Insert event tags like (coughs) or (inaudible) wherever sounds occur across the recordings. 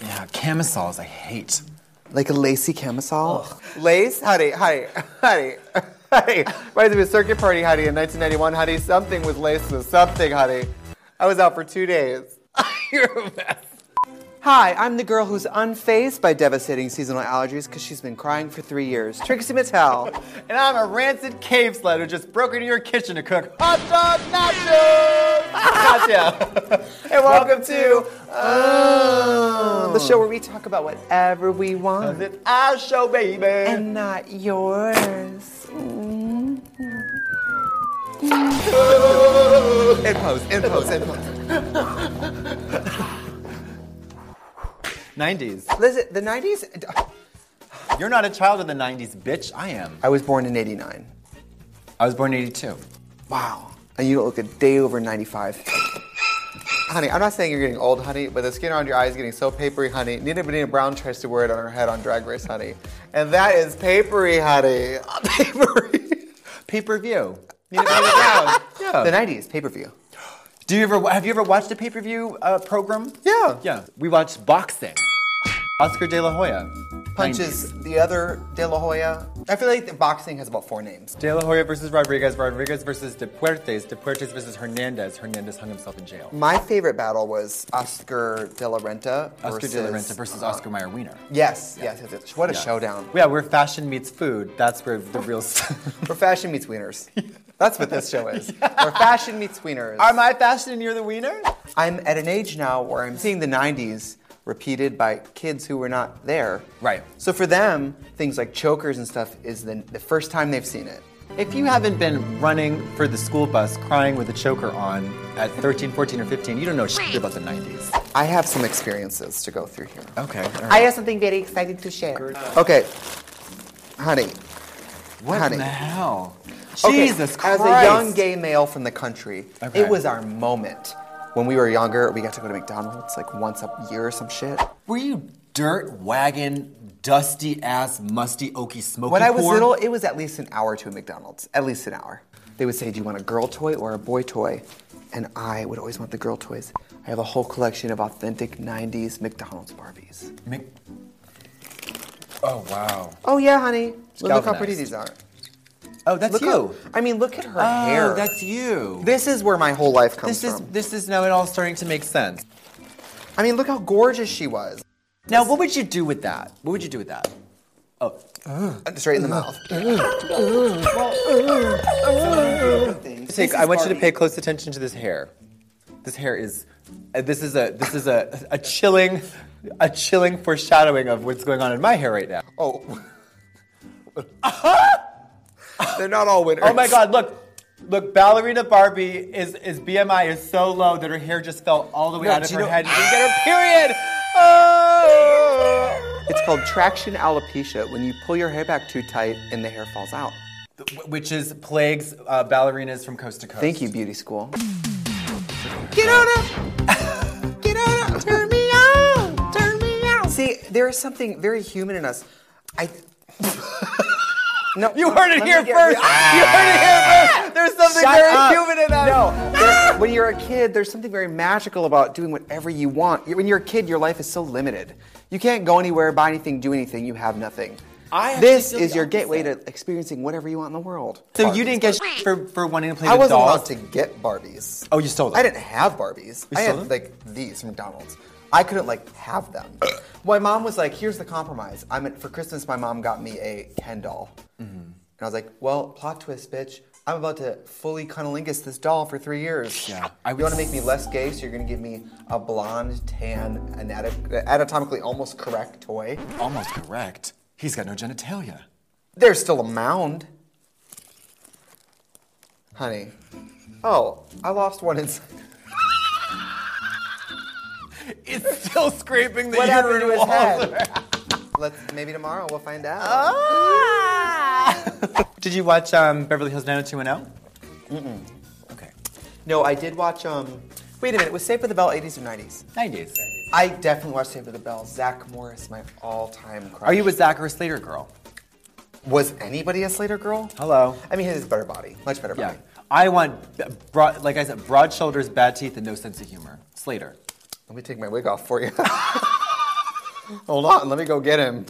Yeah, camisoles I hate. Like a lacy camisole? Lace? Howdy, howdy, howdy. Howdy. Reminds me of a circuit party, howdy, in 1991. Howdy, something with lace was something, howdy. I was out for two days. (laughs) You're a mess. Hi, I'm the girl who's unfazed by devastating seasonal allergies because she's been crying for three years. Trixie Mattel. And I'm a rancid cave sled who just broke into your kitchen to cook (laughs) hot dog nachos. gotcha. and welcome to Oh, the show where we talk about whatever we want It's our show, baby. and not yours. in pose, in pose, in (laughs) pose. 90s. Listen, the 90s, You're not a child of the 90s, bitch. I am. I was born in 89. I was born in 82. Wow. And you don't look a day over 95. honey, I'm not saying you're getting old, honey, but the skin around your eyes is getting so papery, honey. Nina Benina Brown tries to wear it on her head on Drag Race, honey. And that is papery, honey. (laughs) papery. Pay per view. Need to pay it (laughs) down. Yeah. The 90s, pay per view. Do you ever have you ever watched a pay per view uh, program? Yeah. Yeah. We watched boxing. Oscar De La Hoya. Punches the other De La Hoya. I feel like the boxing has about four names. 90s. De La Hoya versus Rodriguez. Rodriguez versus De Puertes. De Puertes versus Hernandez. Hernandez hung himself in jail. My favorite battle was Oscar De La Renta versus. Oscar De La Renta versus Oscar Mayer Wiener. Yes, yes, yes, yes. What a Yeah. showdown. Yeah, where fashion meets food. That's where the real. s- (laughs) Where fashion meets wieners. That's what this show is. Where fashion meets wieners. Are my fashion and you're the wiener? I'm at an age now where I'm seeing the 90s repeated by kids who were not there. Right. So for them, things like chokers and stuff is the, the first time they've seen it. If you haven't been running for the school bus crying with a choker on at 13, 14, or 15, you don't know shit about the 90s. I have some experiences to go through here. Okay. all I right. have something very exciting to share. Okay. Honey. what honey. in the hell? Okay, Jesus As Christ. a young gay male from the country, Okay. it was our moment. When we were younger, we got to go to McDonald's like once a year or some shit. Were you dirt wagon, dusty ass, musty, oaky, smoky? When I was poor? little, it was at least an hour to a McDonald's. At least an hour. They would say, Do you want a girl toy or a boy toy? And I would always want the girl toys. I have a whole collection of authentic 90s McDonald's Barbies. Mc- oh wow. Oh, yeah, honey. Look how galvanized. pretty these are. Oh, that's Look you. how- I mean, look at her oh, hair. that's you. This is where my whole life comes This is from. this is now it all starting to make sense. I mean, look how gorgeous she was. Now, what would you do with that? What would you do with that? Oh, Straight in the mouth. take, I want you to pay close attention to this hair. This hair is, uh, this is a this is a a chilling, a chilling foreshadowing of what's going on in my hair right now. Oh. (laughs) They're not all winners. Oh my God! Look, look, ballerina Barbie is is BMI is so low that her hair just fell all the way No, out of do her you know- head. She didn't get her period. Oh! It's called traction alopecia when you pull your hair back too tight and the hair falls out. Which is plagues uh, ballerinas from coast to coast. Thank you, beauty school. Get out of! Get out of! Turn me out! Turn me out! See, there is something very human in us. I. (laughs) no, You heard it let here me get first. real- You heard it here first. There's something Shut very up. human in us. No, there- when you're a kid, there's something very magical about doing whatever you want. When you're a kid, your life is so limited. You can't go anywhere, buy anything, do anything. You have nothing. I actually this feel the is your gateway to opposite. experiencing whatever you want in the world. So you didn't get sh- for for wanting to play I with wasn't allowed dolls. to get Barbies. Oh, you stole them. I didn't have Barbies. You I stole had them? like these from McDonald's. I couldn't like (coughs) have them. my mom was like, "Here's the compromise. I'm for Christmas. My mom got me a Ken doll, Mm-hmm. and I was like, "Well, plot twist, bitch." I'm about to fully cunnilingus this doll for three years. Yeah, I you would want to make me less gay, so you're going to give me a blonde, tan, anat- anatomically almost correct toy. Almost correct. He's got no genitalia. There's still a mound. Honey. Oh, I lost one inside. It's still (laughs) scraping the What happened to uterine his wall. head? (laughs) Let's maybe tomorrow we'll find out. Ah! (laughs) Did you watch um, Beverly Hills 90210? Mm-mm. Okay. No, I did watch um wait a minute, was Saved by the Bell 80s or 90s? 90s. I definitely watched Saved by the Bell. Zach Morris, my all-time crush. Are you a Zachary Slater girl? Was anybody a Slater girl? Hello. I mean his is better body. Much better Yeah. body. I want, b- broad, like I said, broad shoulders, bad teeth, and no sense of humor. Slater. Let me take my wig off for you. (laughs) Hold on, let me go get him.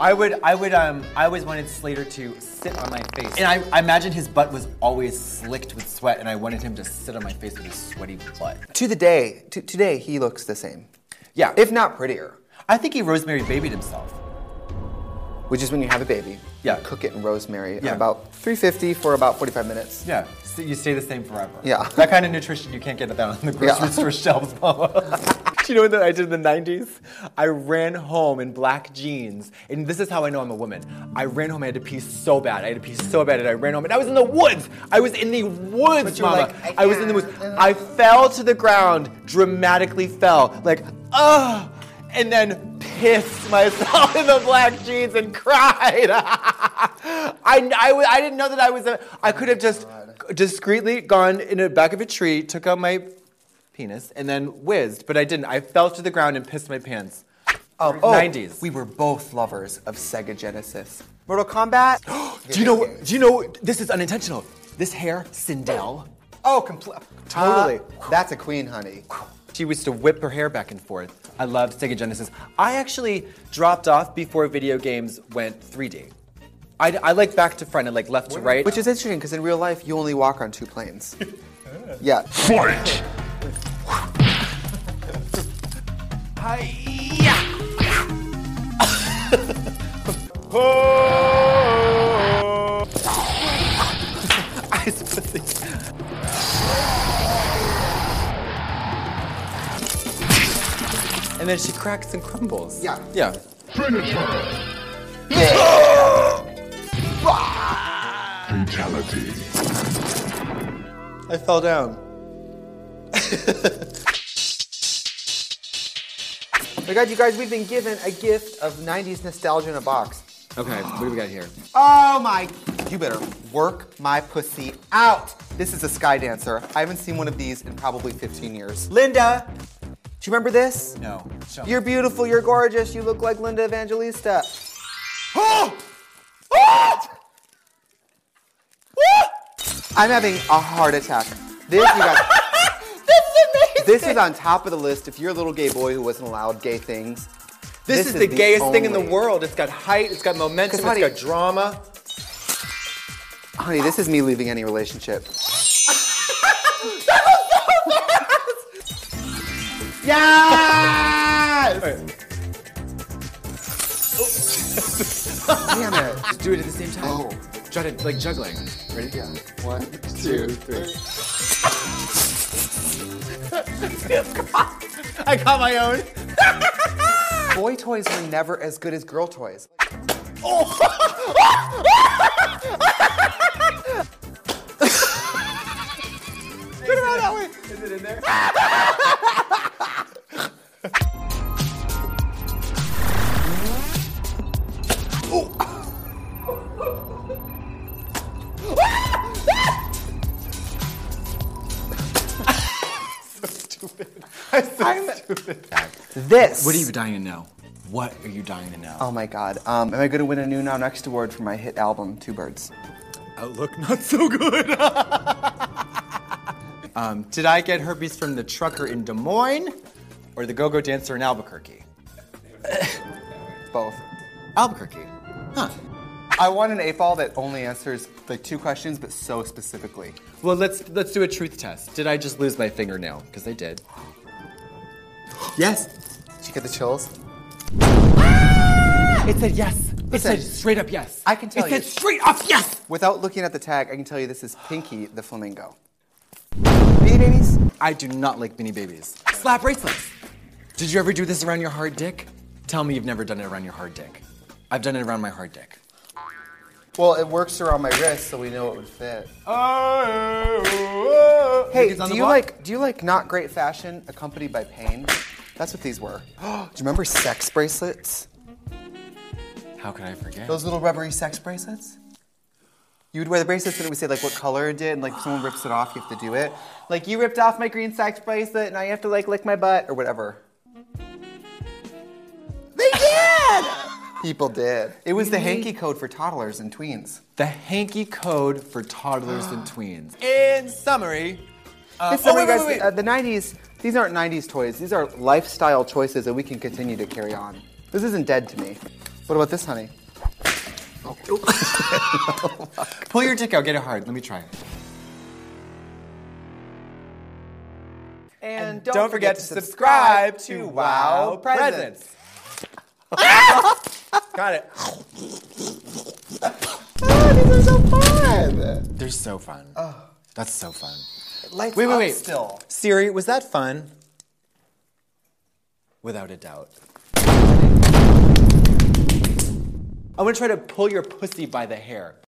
I would, I would, um, I always wanted Slater to sit on my face, and I, I imagine his butt was always slicked with sweat, and I wanted him to sit on my face with his sweaty butt. To the day, to today, he looks the same, Yeah, if not prettier. I think he Rosemary babied himself. Which is when you have a baby. Yeah. Cook it in rosemary at Yeah. about 350 for about 45 minutes. Yeah, so you stay the same forever. Yeah. that kind of nutrition you can't get that on the grocery Yeah. store shelves, (laughs) Mama. Do you know what I did in the '90s? I ran home in black jeans, and this is how I know I'm a woman. I ran home. I had to pee so bad. I had to pee so bad, and I ran home, and I was in the woods. I was in the woods, you were Mama. like, I was in the woods. I fell to the ground, dramatically fell, like ah, and then pissed myself (laughs) in the black jeans and cried. (laughs) I, I, w- I didn't know that I was. A, I could have just discreetly gone in the back of a tree, took out my penis, and then whizzed, but I didn't. I fell to the ground and pissed my pants. Oh, 90s. We were both lovers of Sega Genesis. Mortal (gasps) Kombat. Do you know? Do you know? This is unintentional. This hair, Sindel. Oh, complete. Totally. that's a queen, honey. She used to whip her hair back and forth. I love Sega Genesis. I actually dropped off before video games went 3D. I, I like back to front and like left to right. Which is interesting because in real life, you only walk on two (laughs) planes. yeah. Fight! and then she cracks and crumbles. Yeah. Yeah. Finish her! Fatality. I fell down. My God, you guys, we've been given a gift of 90s nostalgia in a box. Okay, what do we got here? Oh my. You better work my pussy out. This is a sky dancer. I haven't seen one of these in probably 15 years. Linda, do you remember this? No. Show me. (laughs) You're beautiful, you're gorgeous, you look like Linda Evangelista. (gasps) I'm having a heart attack. This, you (laughs) guys. This is on top of the list. If you're a little gay boy who wasn't allowed gay things, This, This is, is the the gayest thing in the only- world. It's got height, it's got momentum, it's honey- got drama. honey, this is me leaving any relationship. Yes! Damn it. do it at the same time. Oh. Try to, like juggling. Ready? Yeah. One, Two, three. (laughs) I got my own. Boy toys were never as good as girl toys. Turn around that way. Is it (laughs) in there? (laughs) This. What are you dying to know? What are you dying to know? Oh my God. Um, am I going to win a new Now Next award for my hit album, Two Birds? Outlook not so good. (laughs) um, did I get herpes from the trucker in Des Moines or the go-go dancer in Albuquerque? Both. Albuquerque. Huh. I want an eight ball that only answers like two questions, but so specifically. Well, let's let's do a truth test. Did I just lose my fingernail? Because I did. Yes. Did you get the chills? It said yes. It Listen. said straight up yes. I can tell it you- said straight up yes. Without looking at the tag, I can tell you this is Pinky the Flamingo. Beanie Babies? I do not like beanie babies. Slap bracelets. Did you ever do this around your hard dick? Tell me you've never done it around your hard dick. I've done it around my hard dick. Well, it works around my wrist, so we know it would fit. Oh. Hey, do you like do you like not great fashion accompanied by pain? That's what these were. (gasps) do you remember sex bracelets? How could I forget? Those little rubbery sex bracelets? You would wear the bracelets and it would say like what color it did, and like if someone rips it off, you have to do it. Like you ripped off my green sex bracelet, and I have to like lick my butt or whatever. They did. People did. It was the hanky code for toddlers and tweens. (gasps) the hanky code for toddlers and tweens. In summary, It's oh, something, wait, wait, guys, wait, wait. Uh, the 90s, these aren't 90s toys. These are lifestyle choices that we can continue to carry on. This isn't dead to me. What about this, honey? Pull your dick out, get it hard. Let me try it. And, Don't, forget, to subscribe to Wow Presents. (laughs) Got it. Oh, Ah, these are so fun. They're so fun. That's so fun. Lights Wait, wait, up wait. still. Siri, was that fun? Without a doubt. I'm gonna try to pull your pussy by the hair.